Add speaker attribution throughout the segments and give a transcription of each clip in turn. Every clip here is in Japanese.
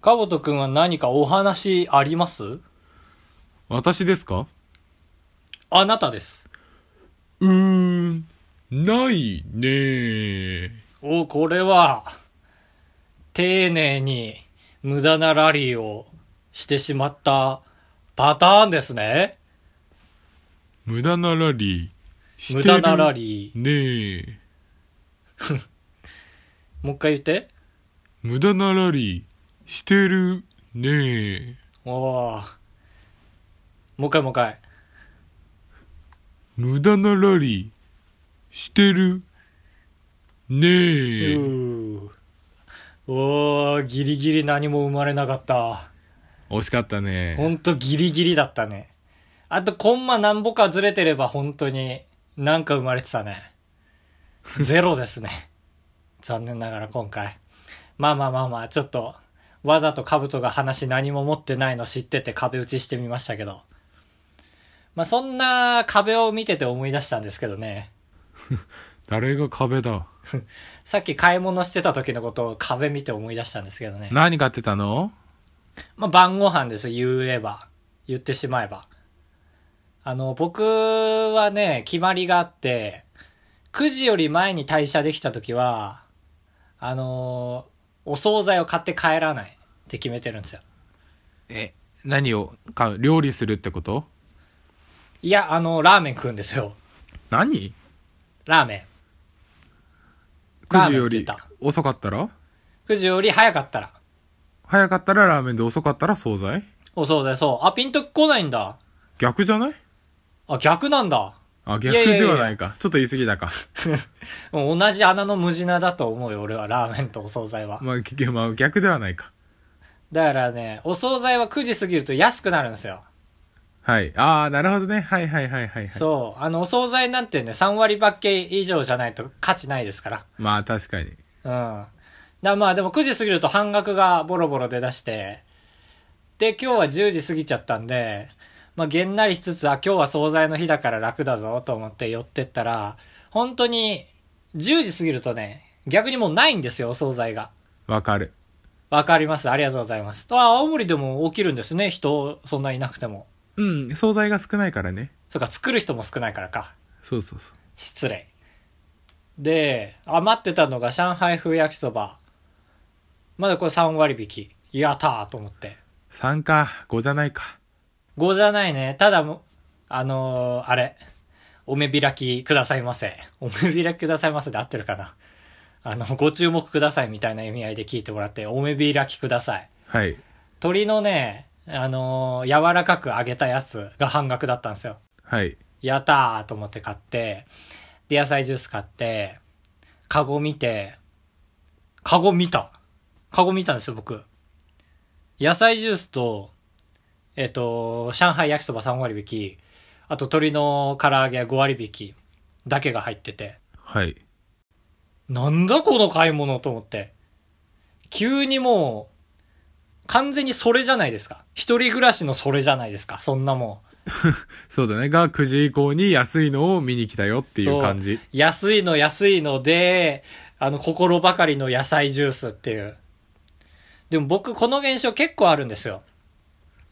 Speaker 1: かぼとくんは何かお話あります
Speaker 2: 私ですか
Speaker 1: あなたです。
Speaker 2: うーん、ないねー。
Speaker 1: お、これは、丁寧に無駄なラリーをしてしまったパターンですね。
Speaker 2: 無駄なラリー。して
Speaker 1: 無
Speaker 2: る
Speaker 1: 駄なラリー。
Speaker 2: ねー。
Speaker 1: もう一回言って。
Speaker 2: 無駄なラリー。してるねー。
Speaker 1: おーもう一回もう一回。
Speaker 2: 無駄なラリー。してるね
Speaker 1: う
Speaker 2: ー。
Speaker 1: ー。おー、ギリギリ何も生まれなかった。
Speaker 2: 惜しかった
Speaker 1: ほ
Speaker 2: ね。
Speaker 1: んとギリギリだったね。あとコンマ何歩かずれてれば本当になんか生まれてたね。ゼロですね。 残念ながら今回。まあまあまあまあ、ちょっと、わざとカブトが話何も持ってないの知ってて壁打ちしてみましたけど。まあそんな壁を見てて思い出したんですけどね。
Speaker 2: 誰が壁だ。
Speaker 1: さっき買い物してた時のことを壁見て思い出したんですけどね。
Speaker 2: 何買ってたの
Speaker 1: まあ、晩ご飯です、言えば。言ってしまえば。あの、僕はね、決まりがあって、9時より前に退社できた時は、あのーお惣菜を買って帰らないって決めてるんですよ。
Speaker 2: え、何を買う料理するってこと
Speaker 1: いや、あの、ラーメン食うんですよ。
Speaker 2: 何
Speaker 1: ラーメ
Speaker 2: ?9 時より
Speaker 1: ラーメンって
Speaker 2: 遅かったら
Speaker 1: ン。9時より早かったら。
Speaker 2: 早かったらラーメンで遅かったら惣菜
Speaker 1: お惣菜、そう。あ、ピンと来ないんだ。
Speaker 2: 逆じゃない
Speaker 1: あ、逆なんだ。
Speaker 2: あ、
Speaker 1: や
Speaker 2: 逆
Speaker 1: いやいや
Speaker 2: ではないか。ちょっと言い過ぎたか。
Speaker 1: うん同じ穴の無地なだと思うよ、俺は、ラーメンとお惣菜は。
Speaker 2: まあ、きまあ、逆ではないか。
Speaker 1: だからね、お惣菜は9時過ぎると安くなるんですよ。
Speaker 2: はい。ああ、なるほどね。はいはいはいはい、はい。
Speaker 1: そう。あの、お惣菜なんてね、3割バッケ以上じゃないと価値ないですから。
Speaker 2: まあ、確かに。
Speaker 1: うん。だからまあでも9時過ぎると半額がボロボロ出だして、で、今日は10時過ぎちゃったんで、まあげんなりしつつ、あ、今日は惣菜の日だから楽だぞと思って寄ってったら、本当に10時過ぎるとね、逆にもうないんですよ、お惣菜が。
Speaker 2: わかる。
Speaker 1: わかります。ありがとうございます。あ、青森でも起きるんですね、人、そんないなくても。
Speaker 2: うん、惣菜が少ないからね。
Speaker 1: そうか、作る人も少ないからか。
Speaker 2: そうそうそう。
Speaker 1: 失礼で余ってたのが上海風焼きそばまだこれ3割引きやったーと思って
Speaker 2: 3か、5じゃないか。
Speaker 1: 5じゃないねただもあのーあれお目開きくださいませお目開きくださいませで合ってるかなあのご注目くださいみたいな意味合いで聞いてもらってお目開きください
Speaker 2: はい。
Speaker 1: 鶏のねあのー柔らかく揚げたやつが半額だったんですよ
Speaker 2: はい。
Speaker 1: やったーと思って買って、で、野菜ジュース買って、カゴ見て、カゴ見た。カゴ見たんですよ、僕。野菜ジュースと、えっと、上海焼きそば3割引き、あと鶏の唐揚げ5割引きだけが入ってて、
Speaker 2: はい。
Speaker 1: なんだこの買い物と思って。急にもう、完全にそれじゃないですか。一人暮らしのそれじゃないですか。そんなもん。
Speaker 2: そうだね。が、9時以降に安いのを見に来たよっていう感じ。
Speaker 1: 安いの安いので、あの、心ばかりの野菜ジュースっていう。でも僕、この現象結構あるんですよ。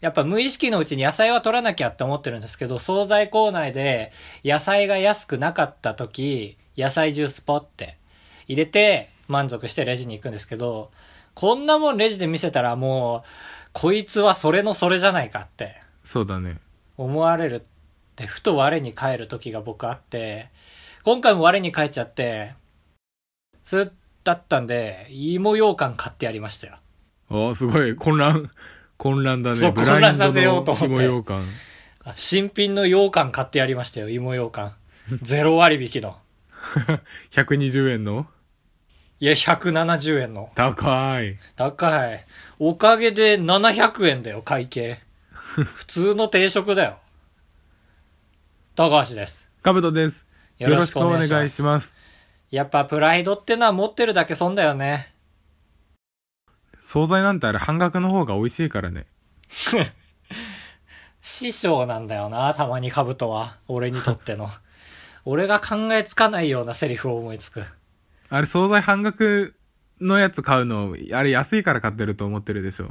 Speaker 1: やっぱ無意識のうちに野菜は取らなきゃって思ってるんですけど、惣菜コーナーで野菜が安くなかった時、野菜ジュースポって入れて満足してレジに行くんですけど、こんなもんレジで見せたらもう、こいつはそれのそれじゃないかって。
Speaker 2: そうだね。
Speaker 1: 思われるってふと我に返る時が僕あって今回も我に返っちゃってそれだったんで芋羊羹買ってやりましたよ
Speaker 2: おーすごい。混乱。混乱だね。
Speaker 1: そう
Speaker 2: ブラインド
Speaker 1: 混乱させようと思って
Speaker 2: の芋羊羹
Speaker 1: あ新品の羊羹買ってやりましたよ芋羊羹ゼロ割引の
Speaker 2: 120円の
Speaker 1: いや170円の
Speaker 2: 高い。
Speaker 1: 高いおかげで700円だよ会計普通の定食だよ高橋です
Speaker 2: かぶとです。よろしくお願いします。
Speaker 1: やっぱプライドってのは持ってるだけ損だよね
Speaker 2: 惣菜なんてあれ半額の方が美味しいからね。
Speaker 1: 師匠なんだよな、たまにカブトは。俺にとっての。俺が考えつかないようなセリフを思いつく。
Speaker 2: あれ惣菜半額のやつ買うの、あれ安いから買ってると思ってるでしょ。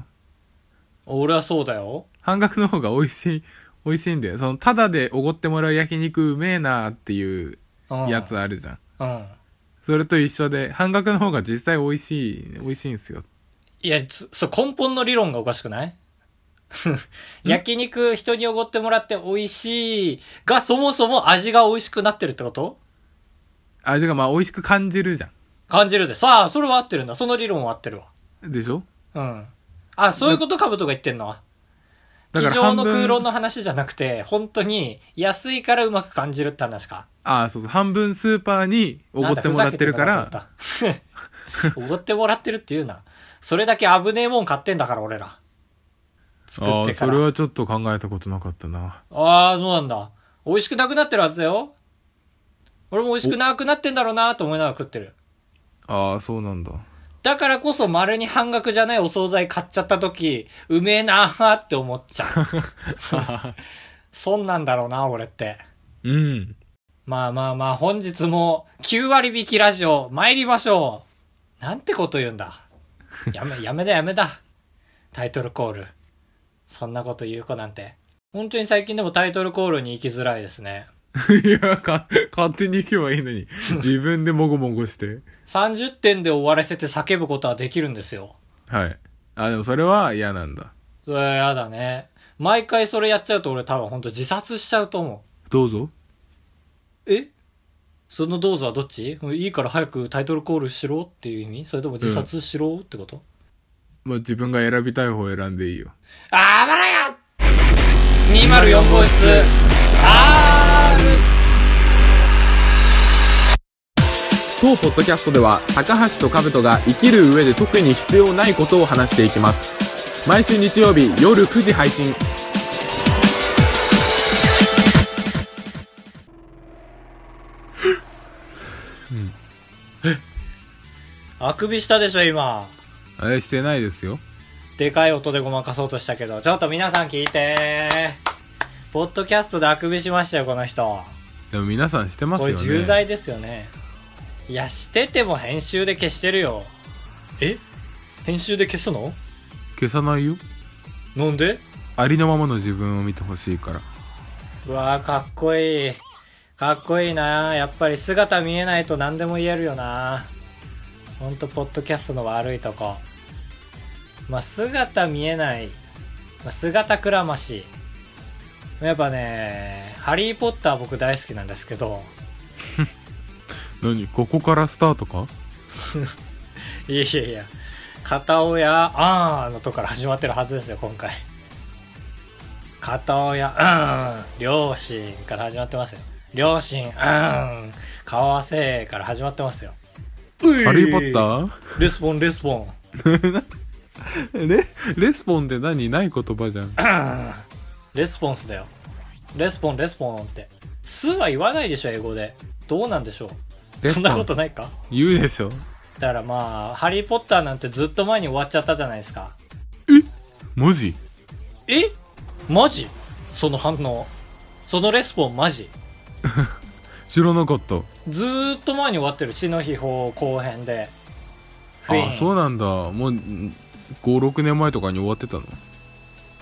Speaker 1: 俺はそうだよ。
Speaker 2: 半額の方が美味しい、美味しいんだよ。その、ただでおごってもらう焼肉うめえなっていう
Speaker 1: うん。
Speaker 2: やつあるじゃん。
Speaker 1: うん。
Speaker 2: それと一緒で、半額の方が実際美味しい、美味しいんですよ。
Speaker 1: いや、つそう、根本の理論がおかしくない 焼肉人におごってもらって美味しいが、そもそも味が美味しくなってるってこと
Speaker 2: 味がまあ美味しく感じるじゃ
Speaker 1: 感じるで。さあ、それは合ってるんだ。その理論は合ってるわ。
Speaker 2: ん。でしょ
Speaker 1: うん。あ、そういうことカブトが言ってんのは。
Speaker 2: だ
Speaker 1: 机
Speaker 2: から
Speaker 1: 上
Speaker 2: 半
Speaker 1: の
Speaker 2: 分
Speaker 1: 空論の話じゃなくて、本当に安いからうまく感じるって話か。
Speaker 2: ああ、そうそう。半分スーパーにおごってもらってるか
Speaker 1: なん
Speaker 2: ら、
Speaker 1: だ。ふざけてんのかと思ったおごってもらってるって言うな。それだけ危ねえもん買ってんだから、俺ら。作
Speaker 2: あ
Speaker 1: ってか
Speaker 2: あ、それ
Speaker 1: ら。
Speaker 2: はちょっと考えたことなかったな。
Speaker 1: ああ、そうなんだ。美味しくなくなってるはずだよ。俺も美味しくなくなってんだろうなと思いながら食ってる。
Speaker 2: ああ、そうなんだ。
Speaker 1: だからこそ、丸に半額じゃないお惣菜買っちゃった時、うめえなーって思っちゃう。 そんなんだろうな、俺って。
Speaker 2: うん。
Speaker 1: まあまあまあ、本日も9割引きラジオ参りましょう。なんてこと言うんだ。やめ、 やめだやめだ。タイトルコール。そんなこと言う子なんて。本当に最近でもタイトルコールに行きづらいですね。
Speaker 2: いや、か、勝手に行けばいいのに。自分でもごもごして。
Speaker 1: 30点で終わらせて叫ぶことはできるんですよ。
Speaker 2: はい。あ、でもそれは嫌なんだ。
Speaker 1: それはやだね。毎回それやっちゃうと俺多分本当自殺しちゃうと思
Speaker 2: どうぞ。
Speaker 1: う。えそのどうぞはどっちもういいから早くタイトルコールしろっていう意味それとも自殺しろってこと、
Speaker 2: まあ、自分が選びたい方を選んでいいよ。
Speaker 1: あばらや204号室 R
Speaker 2: 当ポッドキャストでは、高橋と兜が生きる上で特に必要ないことを話していきます。毎週日曜日夜9時配信。
Speaker 1: あくびしたでしょ今
Speaker 2: あれしてないですよ。
Speaker 1: でかい音でごまかそうとしたけどちょっと皆さん聞いてポッドキャストであくびしましたよこの人
Speaker 2: でも皆さんしてます
Speaker 1: こ
Speaker 2: よ
Speaker 1: れ
Speaker 2: ね。
Speaker 1: 重罪ですよねいやしてても編集で消してるよえ編集で消すの
Speaker 2: 消さないよ。
Speaker 1: なんで
Speaker 2: ありのままの自分を見てほしいから。
Speaker 1: うわーかっこいいかっこいいなやっぱり姿見えないと何でも言えるよなほんとポッドキャストの悪いとこまあ姿見えない、まあ、姿くらましやっぱね「ハリー・ポッター」僕大好きなんですけど
Speaker 2: 何ここからスタートか
Speaker 1: いやいやいや片親あーのとこから始まってるはずですよ今回片親うん両親から始まってますよ両親うん顔合わせから始まってますよ
Speaker 2: ハリーポッ
Speaker 1: ー
Speaker 2: タ
Speaker 1: レスポンレスポン
Speaker 2: ーレ、レスポンって何ない言葉じゃん。
Speaker 1: うんレスポンスだよレスポンレスポンってすは言わないでしょ英語でどうなんでしょう
Speaker 2: レスポンス
Speaker 1: そんなことないか
Speaker 2: 言うでしょ。
Speaker 1: だからまあ「ハリー・ポッター」なんてずっと前に終わっちゃったじゃないですか
Speaker 2: 文字
Speaker 1: えマジその反応そのレスポンマジ
Speaker 2: 知らなかった。
Speaker 1: ずーっと前に終わってる死の秘宝後編でフィ
Speaker 2: あ
Speaker 1: ン
Speaker 2: あ、そうなんだ。もう、ん5、6年前とかに終わってたの。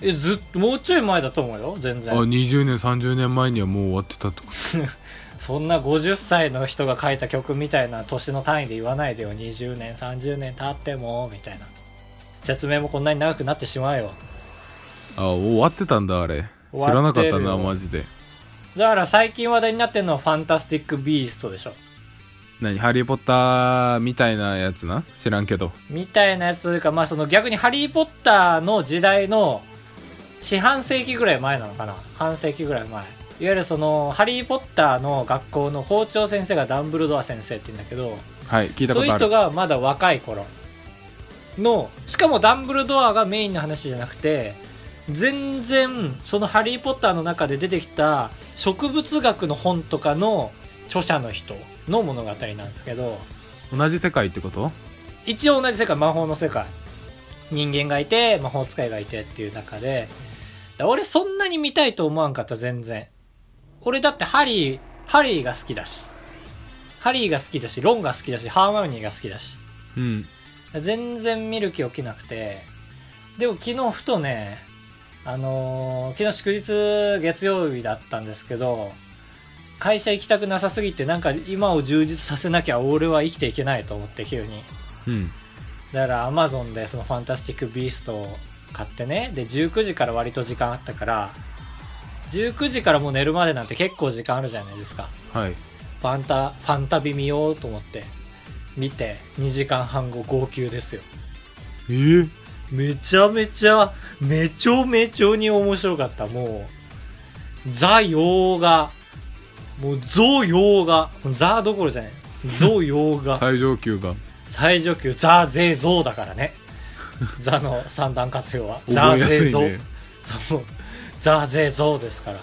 Speaker 1: えずっともうちょい前だと思うよ全
Speaker 2: あ、
Speaker 1: 然
Speaker 2: 20年、30年前にはもう終わってたとか。
Speaker 1: そんな50歳の人が書いた曲みたいな年の単位で言わないでよ20年30年経ってもみたいな説明もこんなに長くなってしまうよ
Speaker 2: あ、終わってたんだ、あれ。知
Speaker 1: 終わ
Speaker 2: らな
Speaker 1: って
Speaker 2: か
Speaker 1: る
Speaker 2: っ
Speaker 1: よ
Speaker 2: たな、マジで。
Speaker 1: だから最近話題になってるのは「ファンタスティック・ビースト」でしょ
Speaker 2: 何ハリーポッターみたいなやつな知らんけど。
Speaker 1: みたいなやつというか、まあ、その逆に「ハリー・ポッター」の時代の四半世紀ぐらい前なのかな半世紀ぐらい前いわゆるその「ハリー・ポッター」の学校の校長先生がダンブルドア先生って言うんだけど
Speaker 2: はい、聞いたこ
Speaker 1: そうい
Speaker 2: と
Speaker 1: う
Speaker 2: あ
Speaker 1: 人
Speaker 2: る。
Speaker 1: がまだ若い頃のしかもダンブルドアがメインの話じゃなくて全然その「ハリー・ポッター」の中で出てきた植物学の本とかの著者の人の物語なんですけど
Speaker 2: 同じ世界ってこと
Speaker 1: 一応同じ世界魔法の世界人間がいて魔法使いがいてっていう中でだ俺そんなに見たいと思わんかった全然俺だってハリーハリーが好きだしハリーが好きだしロンが好きだしハーマウニーが好きだし
Speaker 2: うん。
Speaker 1: 全然見る気起きなくて、でも昨日ふとね、あのー昨日祝日月曜日だったんですけど、会社行きたくなさすぎて、なんか今を充実させなきゃ俺は生きていけないと思って急に。
Speaker 2: うん。
Speaker 1: だから Amazon でそのファンタスティックビーストを買ってね、で19時から割と時間あったから、19時からもう寝るまでなんて結構時間あるじゃないですか。
Speaker 2: はい。
Speaker 1: ファンタ、ファンタビ見ようと思って、見て、2時間半後号泣ですよ。
Speaker 2: えー、
Speaker 1: めちゃめちゃ、めちょめちょに面白かった。もう、ザ洋画。もう、ゾ洋画。ザどころじゃない。ゾ洋画。
Speaker 2: 最上級が
Speaker 1: 最上級、ザ税ゾだから ね。ザの三段活用は。ザ
Speaker 2: 覚えやす
Speaker 1: 税
Speaker 2: い
Speaker 1: ゾ。
Speaker 2: ね。
Speaker 1: そう。ザ税ゾですから。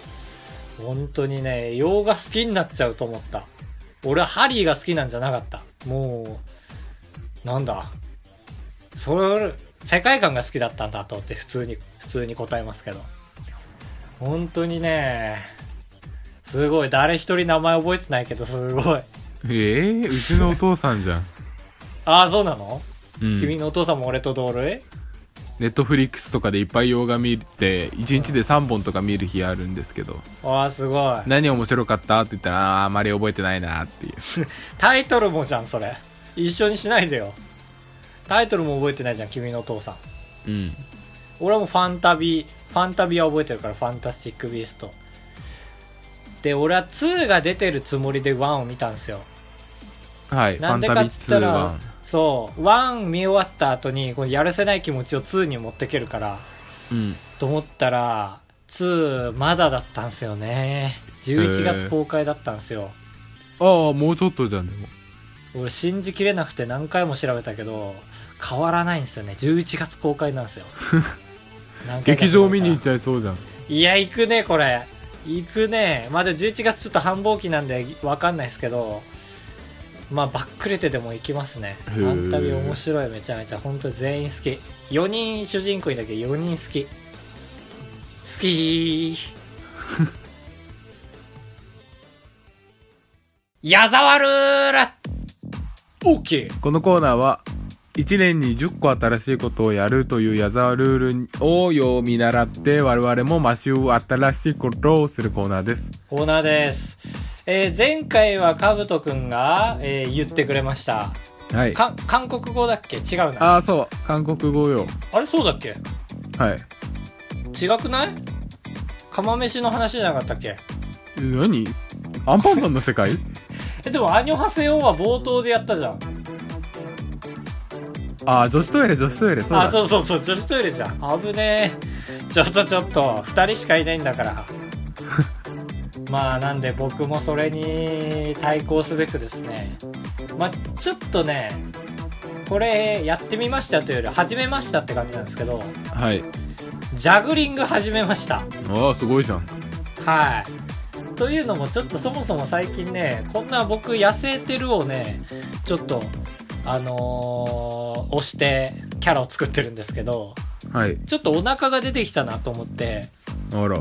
Speaker 1: 本当にね、洋画好きになっちゃうと思った。俺はハリーが好きなんじゃなかった。もう、なんだ。それ、世界観が好きだったんだと思って普通に、普通に答えますけど。本当にね、すごい。誰一人名前覚えてないけど、すごい。
Speaker 2: えー、うちのお父さんじゃん。
Speaker 1: ああ、そうなの、
Speaker 2: うん、
Speaker 1: 君のお父さんも俺と同類
Speaker 2: ネットフリックスとかでいっぱい洋画見て1日で3本とか見る日あるんですけど
Speaker 1: ああ、すごい。
Speaker 2: 何面白かったって言ったらあーあまり覚えてないなっていう
Speaker 1: タイトルもじゃんそれ一緒にしないでよタイトルも覚えてないじゃん君のお父さん
Speaker 2: うん
Speaker 1: 俺はもうファンタビーファンタビーは覚えてるからファンタスティック・ビーストで俺は2が出てるつもりで1を見たんですよ
Speaker 2: はいフ
Speaker 1: な
Speaker 2: ァ
Speaker 1: ん
Speaker 2: ン
Speaker 1: で
Speaker 2: タビ
Speaker 1: かっ
Speaker 2: ッ
Speaker 1: つっ
Speaker 2: ツ
Speaker 1: た
Speaker 2: ー
Speaker 1: ら
Speaker 2: は
Speaker 1: そう1見終わった後にこのやるせない気持ちを2に持ってけるから
Speaker 2: うん
Speaker 1: と思ったら2まだだったんですよね11月公開だったんですよ
Speaker 2: ああもうちょっとじゃんでも
Speaker 1: 俺信じきれなくて何回も調べたけど変わらないんですよね11月公開なんです よ何回か
Speaker 2: 劇場見に行っ
Speaker 1: ゃ
Speaker 2: ちゃいそうじゃん
Speaker 1: いや行くねこれ行くねまだ11月ちょっと繁忙期なんで分かんないですけどまあバックレてでも行きますね
Speaker 2: へ
Speaker 1: フ
Speaker 2: ー
Speaker 1: ァンタビー面白いめちゃめちゃ本当全員好き4人主人公いるんだけど4人好き好 きー矢沢ルーラオッケー
Speaker 2: このコーナーは1年に10個新しいことをやるという矢沢ルールをよう見習って我々も毎週新しいことをするコーナーです
Speaker 1: コーナーです。えー前回はかぶとくんが、えー言ってくれました。
Speaker 2: はい
Speaker 1: か韓国語だっけ違うな。あ
Speaker 2: ああそう韓国語よ
Speaker 1: れそうだっけ
Speaker 2: はい
Speaker 1: 違くない釜飯の話じゃなかったっけ
Speaker 2: え何アンパンマンの世界
Speaker 1: え、でも、アニョハセヨは冒頭でやったじゃん。
Speaker 2: ああ女子トイレ女子トイレそうだ
Speaker 1: あ、そうそうそう、女子トイレじゃん。危ねえ。ちょっとちょっと、二人しかいないんだから。まあ、なんで僕もそれに対抗すべくですね。まあ、ちょっとね、これやってみましたというより、始めましたって感じなんですけど、
Speaker 2: はい
Speaker 1: ジャグリング始めました。
Speaker 2: ああすごいじゃん
Speaker 1: はい。というのも、ちょっとそもそも最近ね、こんな僕、痩せてるをね、ちょっと、あのー、押してキャラを作ってるんですけど、
Speaker 2: はい
Speaker 1: ちょっとお腹が出てきたなと思って、
Speaker 2: あら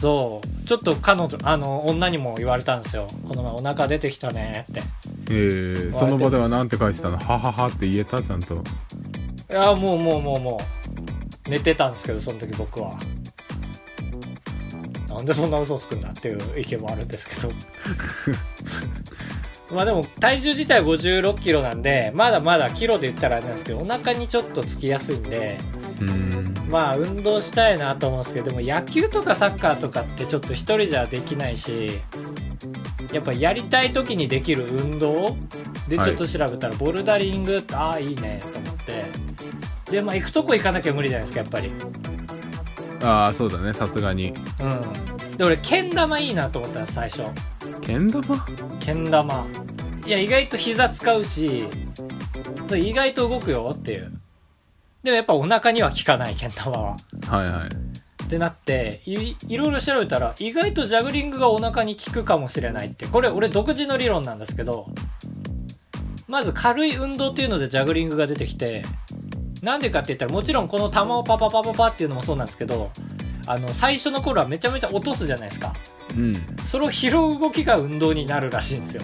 Speaker 1: そう、ちょっと彼女、あの、女にも言われたんですよ。この前お腹出てきたねって。
Speaker 2: えー、その場ではなんて返したのはははって言えたちゃんと
Speaker 1: いや、もうもうもうもう、寝てたんですけど、その時僕は。なんでそんな嘘つくんだっていう意見もあるんですけど。まあでも、体重自体56キロなんで、まだまだキロで言ったらあれなんですけど、お腹にちょっとつきやすいんで、
Speaker 2: うーん
Speaker 1: まあ運動したいなと思うんですけどでも野球とかサッカーとかってちょっと一人じゃできないしやっぱやりたい時にできる運動で
Speaker 2: はい
Speaker 1: ちょっと調べたらボルダリングってああいいねと思ってでまあ行くとこ行かなきゃ無理じゃないですかやっぱり
Speaker 2: ああそうだねさすがに
Speaker 1: うんで俺けん玉いいなと思ったんです最初
Speaker 2: けん玉
Speaker 1: けん玉いや意外と膝使うしで意外と動くよっていうでもやっぱお腹には効かないけん玉は
Speaker 2: はいはい
Speaker 1: ってなっていいろいろ調べたら意外とジャグリングがお腹に効くかもしれないってこれ俺独自の理論なんですけどまず軽い運動っていうのでジャグリングが出てきてなんでかって言ったらもちろんこの球をパパパパパっていうのもそうなんですけどあの最初の頃はめちゃめちゃ落とすじゃないですか
Speaker 2: うん
Speaker 1: それを拾う動きが運動になるらしいんですよ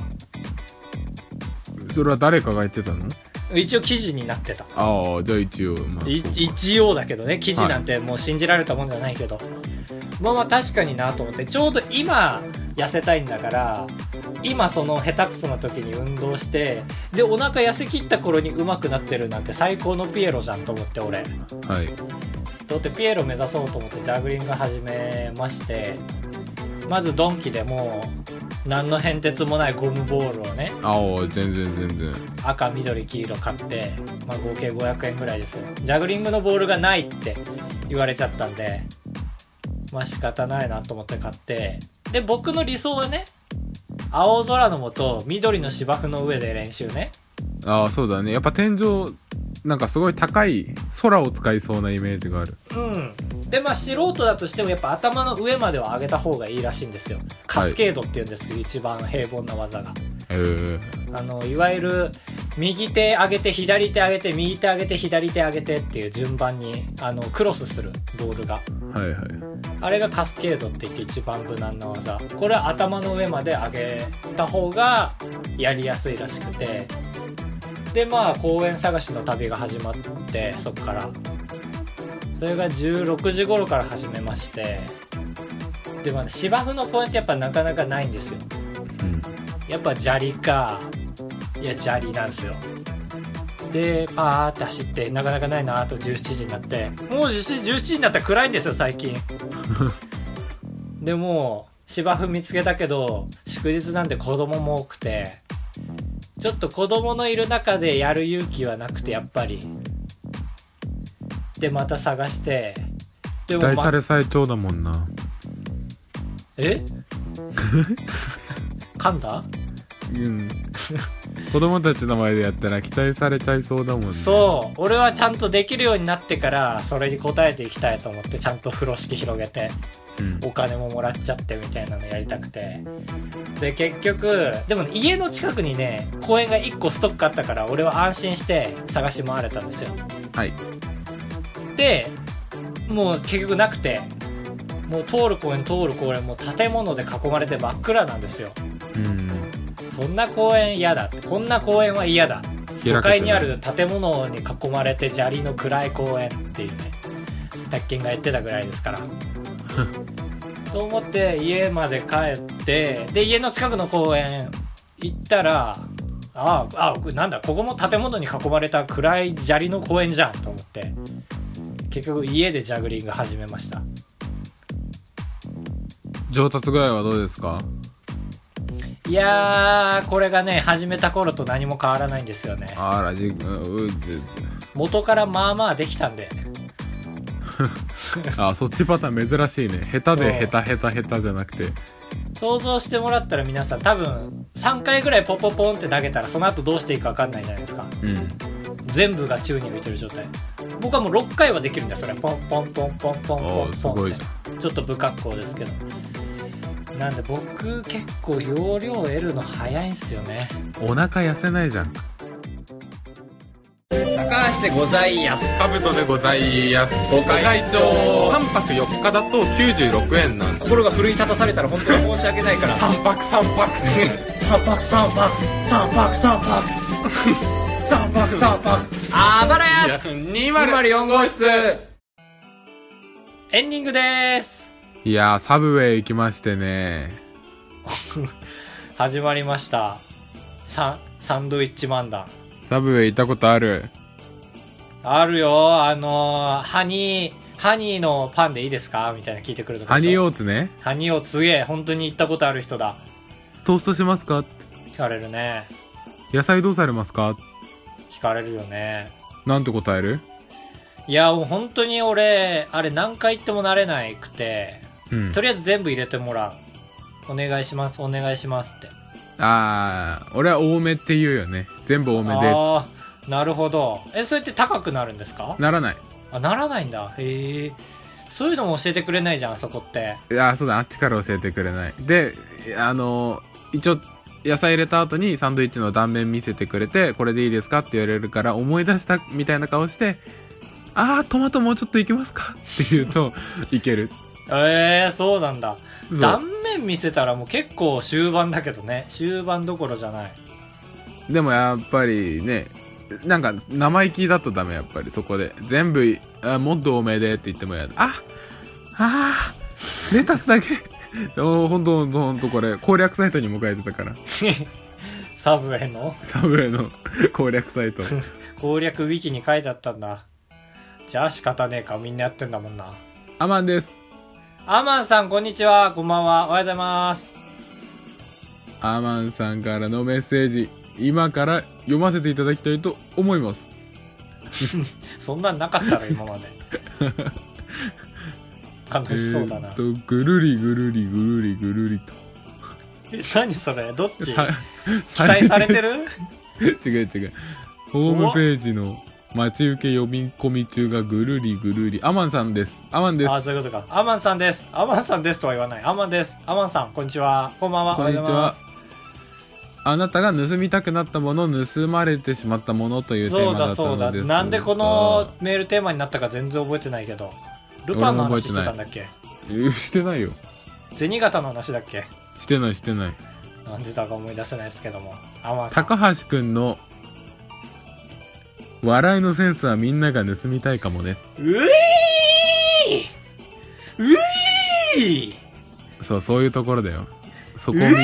Speaker 2: それは誰かが言ってたの
Speaker 1: 一応記事になってた。
Speaker 2: ああ、じゃあ一応、まあ、
Speaker 1: い一応だけどね、記事なんてもう信じられたもんじゃないけど。まあまあ確かになと思って、ちょうど今痩せたいんだから、今その下手くそな時に運動して、で、お腹痩せ切った頃に上手くなってるなんて最高のピエロじゃんと思って俺。
Speaker 2: はい。
Speaker 1: だってピエロ目指そうと思ってジャグリング始めまして、まずドンキでもう、何の変哲もないゴムボールをね、
Speaker 2: ああ、全然全然。
Speaker 1: 赤緑黄色買って、まあ、合計500円ぐらいですよジャグリングのボールがないって言われちゃったんでまあ仕方ないなと思って買ってで僕の理想はね青空の下緑の芝生の上で練習ね
Speaker 2: ああ、そうだね。やっぱ天井、なんかすごい高い、空を使いそうなイメージがある。
Speaker 1: うんでまあ素人だとしてもやっぱ頭の上までは上げた方がいいらしいんですよカスケードっていうんですけど、一番平凡な技が
Speaker 2: ええ
Speaker 1: あのいわゆる右手上げて左手上げて右手上げて左手上げてっていう順番にあのクロスするボールが
Speaker 2: はいはい。
Speaker 1: あれがカスケードって言って一番無難な技これは頭の上まで上げた方がやりやすいらしくてでまあ公園探しの旅が始まってそっからそれが16時頃から始めましてでも、まあね、芝生の公園ってやっぱなかなかないんですよ
Speaker 2: うん。
Speaker 1: やっぱ砂利かいや砂利なんですよでパーって走ってなかなかないなあと17時になってもう17 17時になったら暗いんですよ最 近でもう芝生見つけたけど祝日なんで子供も多くてちょっと子供のいる中でやる勇気はなくてやっぱりでまた探してで
Speaker 2: 期待
Speaker 1: ま
Speaker 2: され最長だもんな。
Speaker 1: え噛んだ
Speaker 2: うん。 子供たちの前でやったら期待されちゃいそうだもんね。
Speaker 1: そう俺はちゃんとできるようになってからそれに応えていきたいと思ってちゃんと風呂敷広げて
Speaker 2: うん。
Speaker 1: お金ももらっちゃってみたいなのやりたくてで結局でもね、家の近くにね公園が1個ストックあったから俺は安心して探し回れたんですよ
Speaker 2: はい。
Speaker 1: でもう結局なくてもう通る公園通る公園もう建物で囲まれて真っ暗なんですよ
Speaker 2: うん。
Speaker 1: そんな公園嫌だこんな公園は嫌だ都
Speaker 2: 開けて
Speaker 1: 会
Speaker 2: る
Speaker 1: にある建物に囲まれて砂利の暗い公園っていうね宅建が言ってたぐらいですからと思って家まで帰ってで家の近くの公園行ったらあああなんだここも建物に囲まれた暗い砂利の公園じゃんと思って結局家でジャグリング始めました
Speaker 2: 上達具合はどうですか
Speaker 1: いやーこれがね始めた頃と何も変わらないんですよね
Speaker 2: あら、じ、う、う、じ
Speaker 1: 元からまあまあできたんで
Speaker 2: あ、そっちパターン珍しいね。下手で
Speaker 1: そう
Speaker 2: 下手下手下手じゃなくて。
Speaker 1: 想像してもらったら皆さん多分3回ぐらいポポポンって投げたらその後どうしていいか分かんないじゃないですか
Speaker 2: うん。
Speaker 1: 全部が宙に浮いてる状態僕はもう6回はできるんだよそれポンポンポンポンポンポ
Speaker 2: あ
Speaker 1: ン
Speaker 2: あ、す
Speaker 1: ポン
Speaker 2: ごい
Speaker 1: っ
Speaker 2: じ
Speaker 1: て
Speaker 2: ゃん。
Speaker 1: ちょっと不格好ですけどなんで僕結構容量得るの早いんすよね
Speaker 2: お腹痩せないじゃん。
Speaker 1: 高橋でございやす
Speaker 2: カブトでございやす。ご
Speaker 1: 会長
Speaker 2: 3泊4日だと96円なんで
Speaker 1: 心が奮い立たされたら本当に申し訳ないから
Speaker 2: 3泊3泊って。
Speaker 1: 三泊三泊三泊三 泊三泊三泊あばらや
Speaker 2: 204号室
Speaker 1: エンディングです
Speaker 2: いやー、サブウェイ行きましてね。
Speaker 1: 始まりましたササンドイッチ漫談
Speaker 2: サブウェイ行ったことある
Speaker 1: あるよあのーハニーハニーのパンでいいですかみたいな聞いてくるとこ
Speaker 2: ハニー
Speaker 1: を
Speaker 2: オーツね。
Speaker 1: ハニーをすげえ本当に行ったことある人だ
Speaker 2: トーストしますかって
Speaker 1: 聞かれるね
Speaker 2: 野菜どうされますか
Speaker 1: 聞かれるよね
Speaker 2: なんて答える
Speaker 1: いやもう本当に俺あれ何回言っても慣れないくて
Speaker 2: うん
Speaker 1: と。りあえず全部入れてもらうお願いしますお願いしますって
Speaker 2: あー、俺は多めって言うよね。全部多めで。
Speaker 1: ああなるほどえそれって高くなるんですか
Speaker 2: ならない。
Speaker 1: あならないんだへえそういうのも教えてくれないじゃんあそこって
Speaker 2: あそうだあっちから教えてくれないであの一応野菜入れた後にサンドイッチの断面見せてくれてこれでいいですかって言われるから思い出したみたいな顔してあートマトもうちょっといけますかって言うといける
Speaker 1: ええそうなんだ
Speaker 2: そう
Speaker 1: 断面見せたらもう結構 終盤だけどね終盤どころじゃない
Speaker 2: でもやっぱりねなんか生意気だとダメやっぱりそこで全部あもっと多めでって言ってもやだああーレタスだけ おほんとほんとほんとこれ攻略サイトにも書いてたから
Speaker 1: サブウェイの
Speaker 2: サブウェイの 攻略サイト
Speaker 1: 攻略ウィキに書いてあったんだ。じゃあ仕方ねえか、みんなやってんだもんな。
Speaker 2: アマンです
Speaker 1: アマンさん、こんにちは。こんばんは。おはようございます。
Speaker 2: アマンさんからのメッセージ今から読ませていただきたいと思います
Speaker 1: そんなんなかったの、今ま で。楽しそうだな
Speaker 2: え。ーっとぐるりぐるりぐるりぐるりと
Speaker 1: え何それどっち記
Speaker 2: さ
Speaker 1: 載されてる
Speaker 2: 違う違う。ホームページの待ち受け呼び込み中がぐるりぐるり。アマンさんです。アマンです
Speaker 1: あ。そういうことか。アマンさんです。アマンさんですとは言わない。アマンです。アマンさん、こんにちは。こんばんは。
Speaker 2: こんにち
Speaker 1: おはようございま
Speaker 2: は
Speaker 1: す。
Speaker 2: あなたが盗みたくなったもの、盗まれてしまったものというテー
Speaker 1: そう
Speaker 2: マだ
Speaker 1: だ
Speaker 2: った
Speaker 1: そうだ
Speaker 2: のです。
Speaker 1: なんでこのメールテーマになったか全然覚えてないけどルパンの
Speaker 2: 俺
Speaker 1: 話
Speaker 2: も覚え
Speaker 1: して
Speaker 2: ない
Speaker 1: てたんだっけ
Speaker 2: えしてないよ。
Speaker 1: 銭形の話だっけ
Speaker 2: してないしてない。
Speaker 1: なんでだか思い出せないですけどもアマンさん
Speaker 2: 高橋くんの笑いのセンスはみんなが盗みたいかもね。
Speaker 1: うえーうえ
Speaker 2: そう、そういうところだよ。そこをみんなが、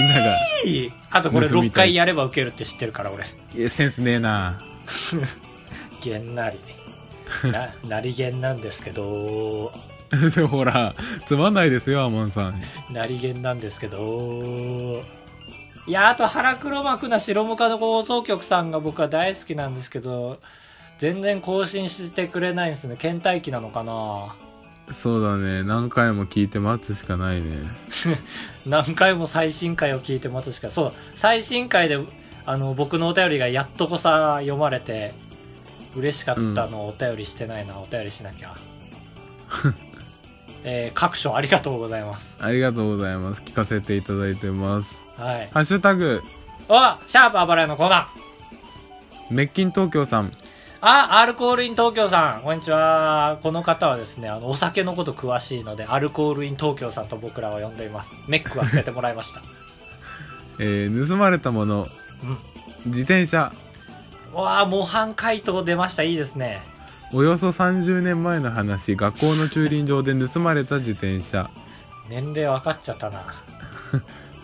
Speaker 1: ーあとこれ
Speaker 2: 盗み
Speaker 1: 6
Speaker 2: たい
Speaker 1: 回やれば受けるって知ってるから俺
Speaker 2: いや、センスねえな
Speaker 1: げんなりななりげんなんですけど
Speaker 2: ほら、つまんないですよ、アマンさん。
Speaker 1: なりげんなんですけどいやあと腹黒幕な白ムカの放送局さんが僕は大好きなんですけど全然更新してくれないんですね倦怠期なのかな
Speaker 2: そうだね何回も聞いて待つしかないね
Speaker 1: 何回も最新回を聞いて待つしかそう最新回であの僕のお便りがやっとこさ読まれて嬉しかったのをお便りしてないな、お便りしなきゃ えー、各所ありがとうございます
Speaker 2: ありがとうございます聞かせていただいてます
Speaker 1: はい
Speaker 2: ハッシュタグ
Speaker 1: あシャープあばらやのコーナー
Speaker 2: 滅菌東京さん
Speaker 1: あ、アルコールイン東京さん、こんにちは。この方はですね、あの、お酒のこと詳しいので、アルコールイン東京さんと僕らは呼んでいます。メックは捨ててもらいました。
Speaker 2: えー盗まれたもの
Speaker 1: う
Speaker 2: 自転車
Speaker 1: ん。わあ、模範解答出ました。いいですね。
Speaker 2: およそ30年前の話学校の駐輪場で盗まれた自転車
Speaker 1: 年齢分かっちゃったな。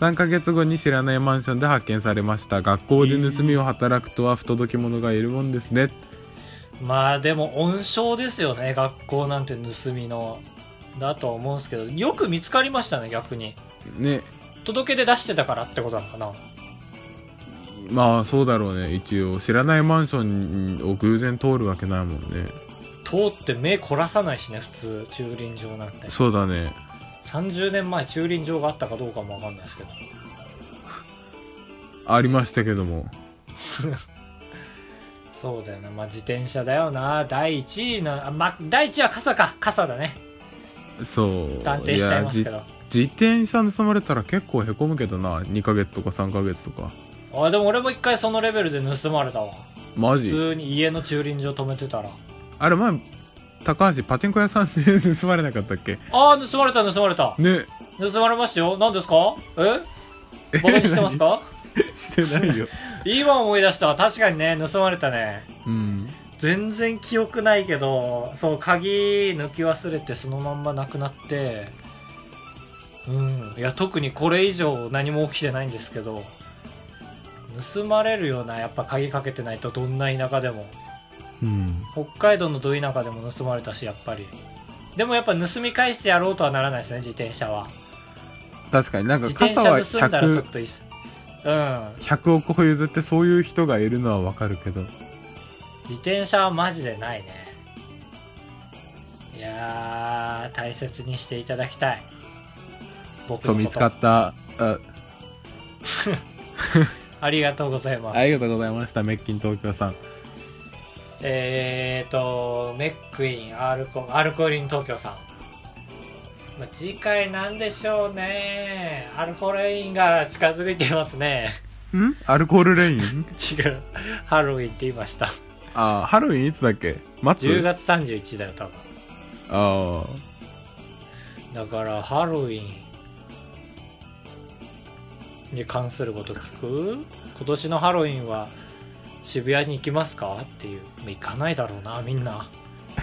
Speaker 2: 3ヶ月後に知らないマンションで発見されました学校で盗みを働くとは不届き者がいるもんですね
Speaker 1: まあ、でも、温床ですよね。学校なんて盗みの。だと思うんですけど、よく見つかりましたね、逆に。
Speaker 2: ね
Speaker 1: 届け出出してたからってことなのかな。
Speaker 2: まあそうだろうね一応知らないマンションを偶然通るわけないもんね
Speaker 1: 通って目凝らさないしね、普通、駐輪場なんて。
Speaker 2: そうだね
Speaker 1: 30年前駐輪場があったかどうかもわかんないですけど。
Speaker 2: ありましたけども
Speaker 1: そうだよな、まあ、自転車だよな第1位なあ、ま、第1位は傘か傘だね
Speaker 2: そう
Speaker 1: 断定しちゃいますけど
Speaker 2: やじ自転車盗まれたら結構へこむけどな2ヶ月とか3ヶ月とか
Speaker 1: あでも俺も一回そのレベルで盗まれたわ
Speaker 2: マ
Speaker 1: 普
Speaker 2: ジ
Speaker 1: 通に家の駐輪場止めてたら
Speaker 2: あれ前高橋パチンコ屋さんで盗まれなかったっけ
Speaker 1: ああ盗まれた盗まれた
Speaker 2: ね
Speaker 1: 盗まれましたよ何ですかえバカにしてますか
Speaker 2: してないよ
Speaker 1: 今思い出したわ確かにね盗まれたね
Speaker 2: うん
Speaker 1: 全然記憶ないけどそう鍵抜き忘れてそのまんまなくなってうんいや特にこれ以上何も起きてないんですけど盗まれるようなやっぱ鍵かけてないとどんな田舎でも
Speaker 2: うん
Speaker 1: 北海道のど田舎でも盗まれたしやっぱりでもやっぱ盗み返してやろうとはならないですね自転車は
Speaker 2: 確かになんか
Speaker 1: 自転
Speaker 2: 傘は
Speaker 1: 車盗んだらちょっ
Speaker 2: 100,
Speaker 1: といいっすうん
Speaker 2: 100億歩譲ってそういう人がいるのはわかるけど
Speaker 1: 自転車はマジでないねいやー大切にしていただきたい僕
Speaker 2: そう
Speaker 1: の
Speaker 2: 見
Speaker 1: こ
Speaker 2: つか
Speaker 1: と
Speaker 2: ったあ
Speaker 1: ありがとうございます
Speaker 2: ありがとうございましたメッキン東京さん
Speaker 1: えーとメックインアルコアルコールイン東京さん、まあ、次回なんでしょうねアルコールインが近づいてますね
Speaker 2: んアルコールレイン
Speaker 1: 違うハロウィンって言いました
Speaker 2: あハロウィンいつだっけ松
Speaker 1: 10月31日だよ多分
Speaker 2: ああ
Speaker 1: だからハロウィンに関すること聞く今年のハロウィンは渋谷に行きますかっていうもう行かないだろうなみんな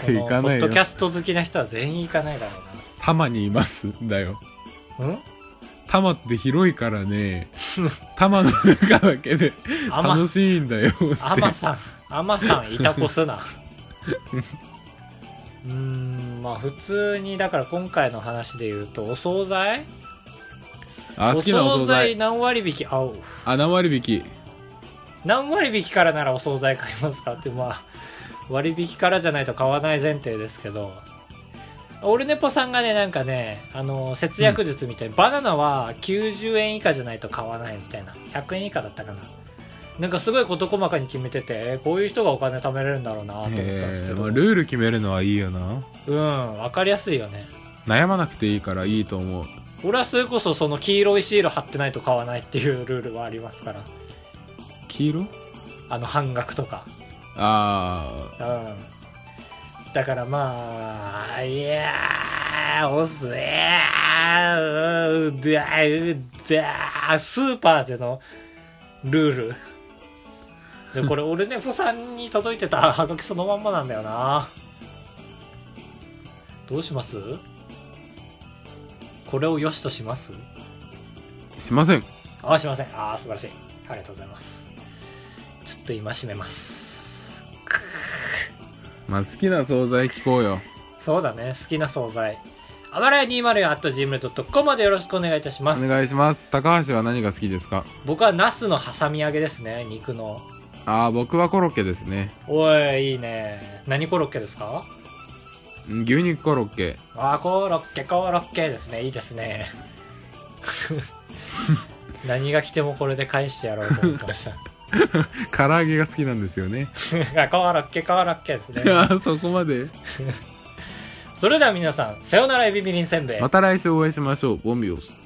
Speaker 1: この
Speaker 2: 行かない
Speaker 1: ポッ
Speaker 2: よ
Speaker 1: ドキャスト好きな人は全員行かないだろ
Speaker 2: 多摩にいますんだよ
Speaker 1: うなうん
Speaker 2: 多摩って広いからね多摩の中だけで
Speaker 1: あま
Speaker 2: 楽しいんだよって
Speaker 1: あまさんあまさんいたこすな うーんまあ普通にだから今回の話で言うとお惣菜
Speaker 2: あ好きなお惣菜
Speaker 1: 何割引きあお
Speaker 2: あ何割引き
Speaker 1: 何割引きからならお惣菜買いますかってまあ割引からじゃないと買わない前提ですけどオルネポさんがねなんかねあの節約術みたいに、バナナは90円以下じゃないと買わないみたいな100円以下だったかななんかすごい事細かに決めててえーこういう人がお金貯めれるんだろうなと思ったんですけ
Speaker 2: えー
Speaker 1: ど、
Speaker 2: まあルール決めるのはいいよな
Speaker 1: うん分かりやすいよね
Speaker 2: 悩まなくていいからいいと思う
Speaker 1: 俺はそれこそその黄色いシール貼ってないと買わないっていうルールはありますから
Speaker 2: 黄色
Speaker 1: あの半額とか
Speaker 2: あ
Speaker 1: うん。だからまあ、いやー、おすえー、うだうだスーパーでのルール。で、これ、俺ね、ポさんに届いてた ハガキそのまんまなんだよな。どうしますこれを良しとします
Speaker 2: ーしません
Speaker 1: あ、しません。あー、素晴らしい。ありがとうございます。ちょっと今締めます。
Speaker 2: まあ好きな惣菜聞こうよ
Speaker 1: そうだね、好きな惣菜。あばらや 204.gmail.com までよろしくお願いいたしま
Speaker 2: お
Speaker 1: す。
Speaker 2: 願いします高橋は何が好きですか
Speaker 1: 僕はナスの挟み揚げですね、肉の。
Speaker 2: ああ僕はコロッケですね
Speaker 1: おい、いいね。何コロッケですか
Speaker 2: うん牛肉コロッケ
Speaker 1: あー、コロッケ、コロッケですね、いいです ね。何が来てもこれで返してやろうと思ってま した。
Speaker 2: 唐揚げが好きなんですよね
Speaker 1: あコロッケ、コロッケですね。
Speaker 2: あー そこまで
Speaker 1: それでは皆さん、さよならエビみりんせんべい。
Speaker 2: また来週お会いしましょうボンビオス